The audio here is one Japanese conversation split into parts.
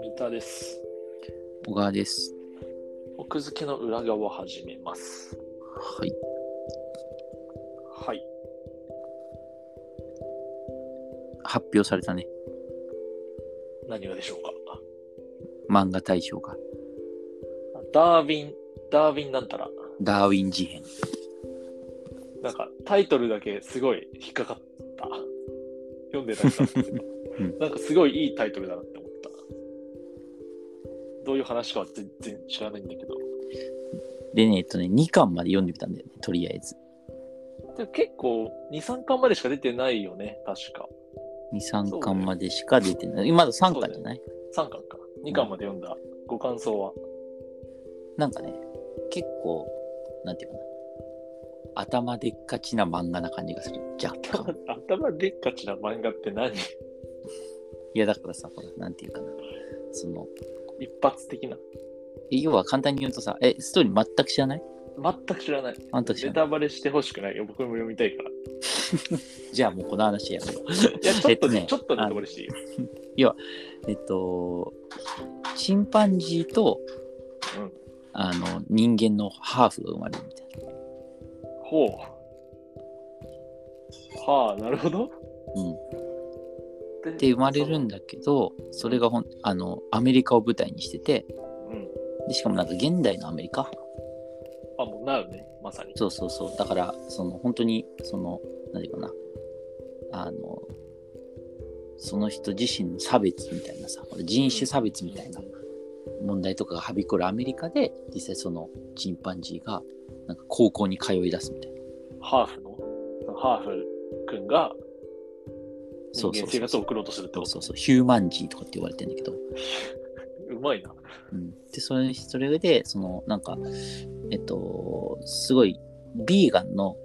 三田です。小川です。奥付けの裏側を始めます。はい。はい。発表されたね。何がでしょうか。漫画大賞が。ダーウィン、ダーウィンなんたら、ダーウィン事変。、なんかタイトルだけすごい引っかかった。読んでなかったんです けどうんなんかすごいいいタイトルだなって思った。どういう話かは全然知らないんだけど。でね、えっとね、2巻まで読んでみたんだよね、とりあえず。でも結構、2、3巻までしか出てないよね、確か。 2、3巻までしか出てない。まだ3巻じゃない3巻か。2巻まで読んだ。ご感想は。なんかね、結構、なんていうかな。頭でっかちな漫画な感じがする。若 干。頭でっかちな漫画って 何いや、だからさ、ほら、なんていうかな。その、一発的な。え要は簡単に言うとさ、え、ストーリー全く知らない全く知らない。あんた知ネらない。タバレしてほしくないよ。僕も読みたい から。じゃあもうこの話やめよう。いや、ちょっとね、えっとねちょっとネタバレしていいよ。えっと、チンパンジーと、うんあの人間のハーフが生まれるみたいほう。はあ、なるほど。な。うん、でで生まれるんだけどそれがほんあのアメリカを舞台にしててそううん。でしかもなんか現代のアメリカあ、もうなるね、まさに。そうそうそうだからその本当にその何て言うかなあのその人自身の差別みたいなさこれ人種差別みたいな問題とかがはびこるアメリカで実際そのチンパンジーがなんか高校に通い出すみたいな。ハーフの、そのハーフ君がそ人うそ間う生活そうを送ろうとするってこそうと。そうそう、ヒューマンジーとかって言われてんだけど、うまいな。うん、でそれそれで、そのなんか、えっと、すごい、ビーガンの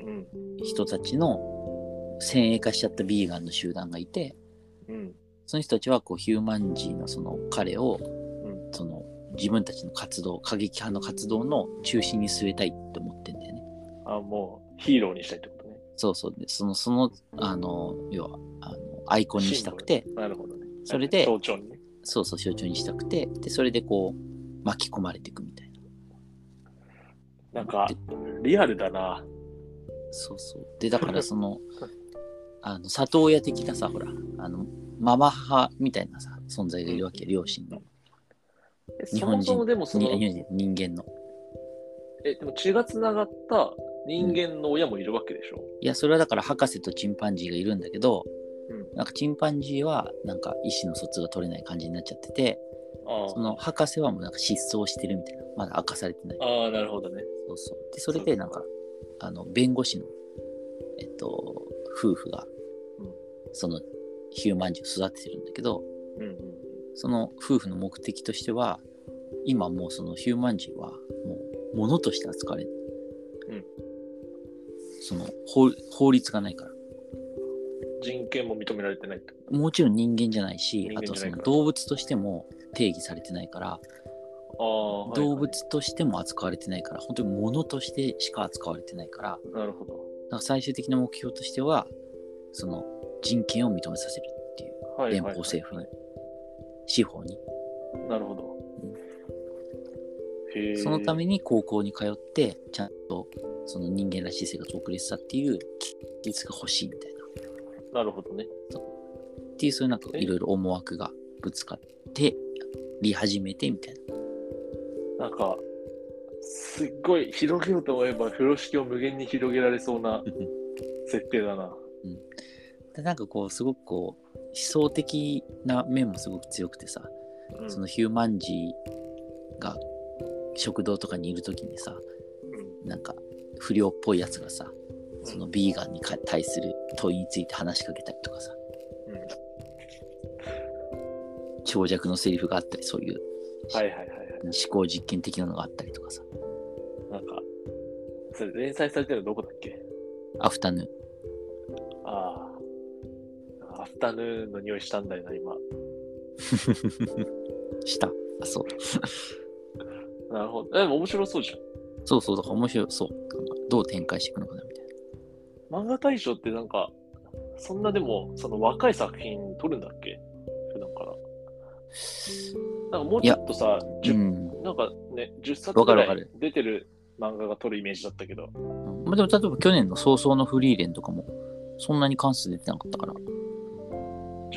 うん。人たちの、先鋭化しちゃったビーガンの集団がいて、うん。その人たちはこうヒューマンジーのその彼を、んその自分たちの活動、過激派の活動の中心に据えたいって思ってんだよね。あ、もうヒーローにしたいってことね。そうそう、でその、その、あの、要は、あのアイコンにしたくてシ、ンボル。なるほどね。それで象徴にね。そうそう、象徴にしたくて、で、それでこう、巻き込まれていくみたいな。なんか、リアルだな。そうそう。で、だからその、あの、里親的なさ、ほら、あの、ママ母みたいなさ、存在がいるわけよ、両親の。え日そ本も人そもでもそのに、いやいや人間の。え、でも血がつながった人間の親もいるわけでしょ。いや、それはだから博士とチンパンジーがいるんだけど、うんなんかチンパンジーは、なんか意思の疎通が取れない感じになっちゃってて、ああその博士はもうなんか失踪してるみたいな、まだ明かされてない。ああ、なるほどね。そうそう。で、それでなんか、あの、弁護士の、えっと、夫婦がうん、その、ヒューマンジーを育ててるんだけど、うんうんうん。その夫婦の目的としては今もうそのヒューマン人はもう物として扱われる、うんその法法律がないから人権も認められてないと。もちろん人間じゃないし人あ間じゃとないかそらの動物としても定義されてないからああ、はい動物としても扱われてないから本当に物としてしか扱われてないからだかなるほど。ら最終的な目標としてはその人権を認めさせるっていうはい、連邦政府に司法にはい。なるほど。へえ。そのために高校に通って、ちゃんとその人間らしい生活を送れてたっていう技術が欲しいみたいな。なるほどね。っていう、そういうなんかえいろいろ思惑がぶつかって、り始めてみたいなな。んか、すっごい広げようと思えば風呂敷を無限に広げられそうな設定だな。でなんかこう、すごくこう、思想的な面もすごく強くてさ、うんそのヒューマンジーが食堂とかにいる時にさ、うんなんか不良っぽいやつがさ、そのビーガンにか対する問いについて話しかけたりとかさ、うんはい長尺のセリフがあったり、そういうはいはいはい。思考実験的なのがあったりとかさ、なんか、それ連載されてるのどこだっけアフタヌーン。ああ。アフタヌーンの匂いしたんだよな、今。した。あ、そう。なるほど。でも面白そうじゃん。そうそう、だから面白い。そう。なんかどう展開していくのかなみたいな。漫画大賞ってなんか、そんなでも、その若い作品撮るんだっけ普段から。なんかもうちょっとさ、う10ん。なんかね、10冊わぐかるらわかいる出てる漫画が撮るイメージだったけど、まあ、でも、例えば去年の早々のフリーレンとかも、そんなに関数出てなかったから。じ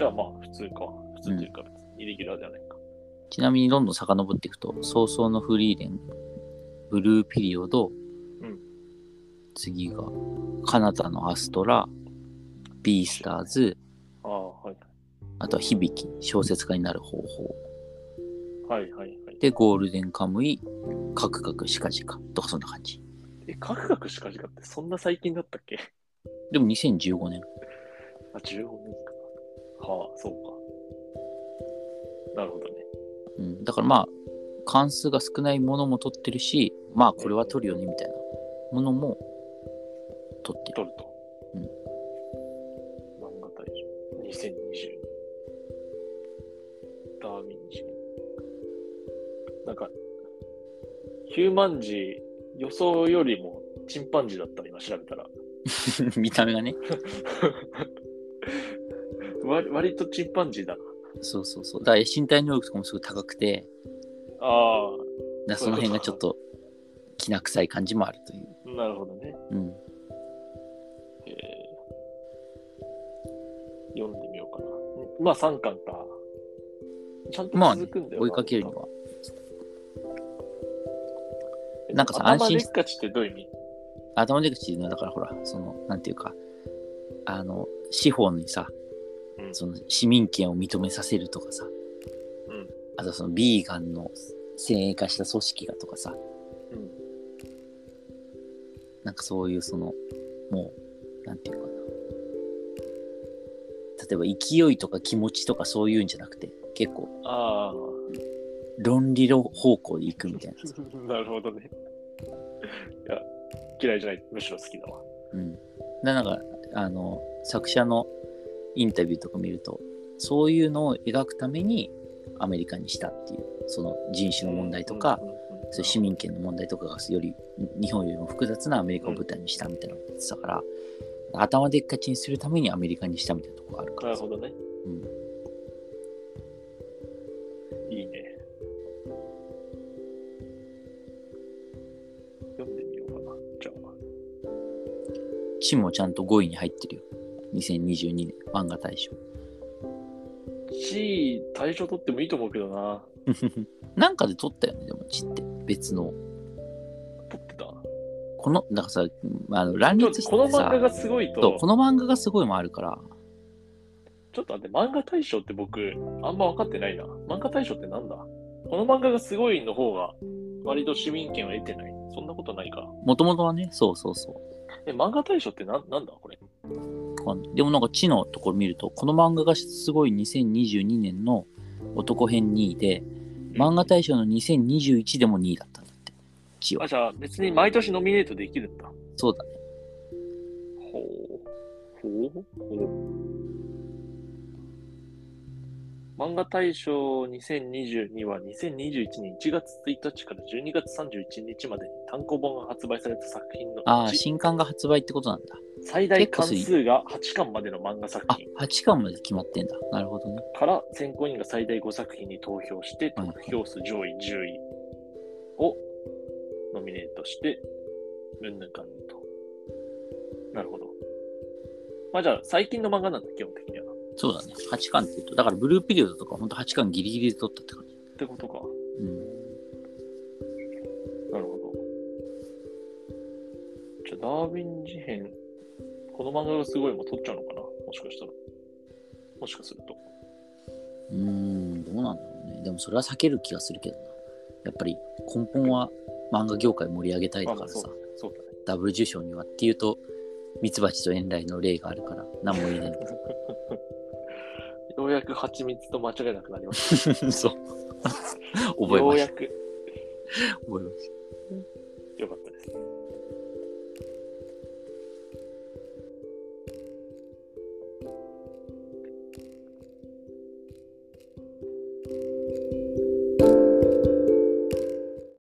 ゃあまあ普通か。普通というか、イレギュラーじゃないか。ちなみにどんどん遡っていくと、早々のフリーレン、ブルーピリオド、うん次が、カナタのアストラ、ビースターズ、ああ、はい。あとは響き、小説家になる方法。はいはいはい。で、ゴールデンカムイ、カクカクシカジカとかそんな感じ。え、カクカクしかじかってそんな最近だったっけでも2015年。あ、15年か。はあ、そうか。なるほどね。うん、だからまあ、関数が少ないものも取ってるし、まあこれは取るよねみたいなものも取ってる。撮ると。うん漫画大賞。2020。ダーウィン事件。なんか、ヒューマンジー、予想よりもチンパンジーだった、今調べたら。 見た目がね。割割とチンパンジーだな。そうそうそう。だから身体能力とかもすごい高くて、あだからその辺がちょっときな臭い感じもあるという。あ、なるほどね。うん。えー読んでみようかな。まあ3巻か。ちゃんとまあね続くんだよな、追いかけるには。えなんかさ頭安心でっかちってどういう意味頭出口のだからほら、その、なんていうか、あの、司法にさ、うんその市民権を認めさせるとかさ、うんあとそのビーガンの先鋭化した組織がとかさ、うんなんかそういうその、もう、なんていうかな。例えば勢いとか気持ちとかそういうんじゃなくて、結構ああ、 論理論方向で行くみたいな。なるほどね。いや、嫌いじゃない、むしろ好きだわ。うん、でなんかあの作者のインタビューとか見るとそういうのを描くためにアメリカにしたっていうその人種の問題とか、うんうんうんうんそういう市民権の問題とかがより日本よりも複雑なアメリカを舞台にしたみたいなこと言ってたから、頭でっかちにするためにアメリカにしたみたいなところがあるかならるほどね。うんいいね。読んでみようかな、じゃあ。チもちゃんと5位に入ってるよ2022年漫画大賞 C、対象取ってもいいと思うけどな。なんかで撮ったよねでもチって別の取ってた。このなんかさあの乱ちょっと立してこのて漫さ画がすごいと、そうこの漫画がすごいもあるからちょっと待って、漫画大賞って僕、あんま分かってないな。漫画大賞ってなんだこの漫画がすごいの方が、割と市民権を得てない。そんなことないか。もともとはね、そうそうそえ、漫画大賞ってなんなんだこれ。うこん。でもなんか地のところ見ると、この漫画がすごい2022年の男編2位で、漫画大賞の2021でも2位だったんだって。地はあ、。じゃあ別に毎年ノミネートできるんだ。そうだね。ほう。ほうほう。漫画大賞2022は2021年1月1日から12月31日までに単行本が発売された作品のああ、うち新刊が発売ってことなんだ。最大関数が8巻までの漫画作あ品、 8巻まで決まってんだ。なるほどね。から選考委員が最大5作品に投票して、うん得票数上位10位をノミネートして、うんぬんかんぬんと。なるほど。まあじゃあ、最近の漫画なんだ、基本的には。っそうだね。8巻って言うと、だからブルーピリオドとかほんと8巻ギリギリで取ったって感じ。てことか。うん。なるほど。じゃあ、ダーウィン事変、この漫画がすごいもう取っちゃうのかなもしかしたら。もしかすると。うーん、どうなんだろうね。でもそれは避ける気がするけどな。やっぱり根本は漫画業界盛り上げたいだまかあらそうさだ。ね。そうだね。ダブル受賞にはっていうと、ミツバチと遠雷の例があるから、何も言えないんだようやく蜂蜜と間違えなくなりました。けど。そう。覚えよまうしやた。く。覚えましよかったです。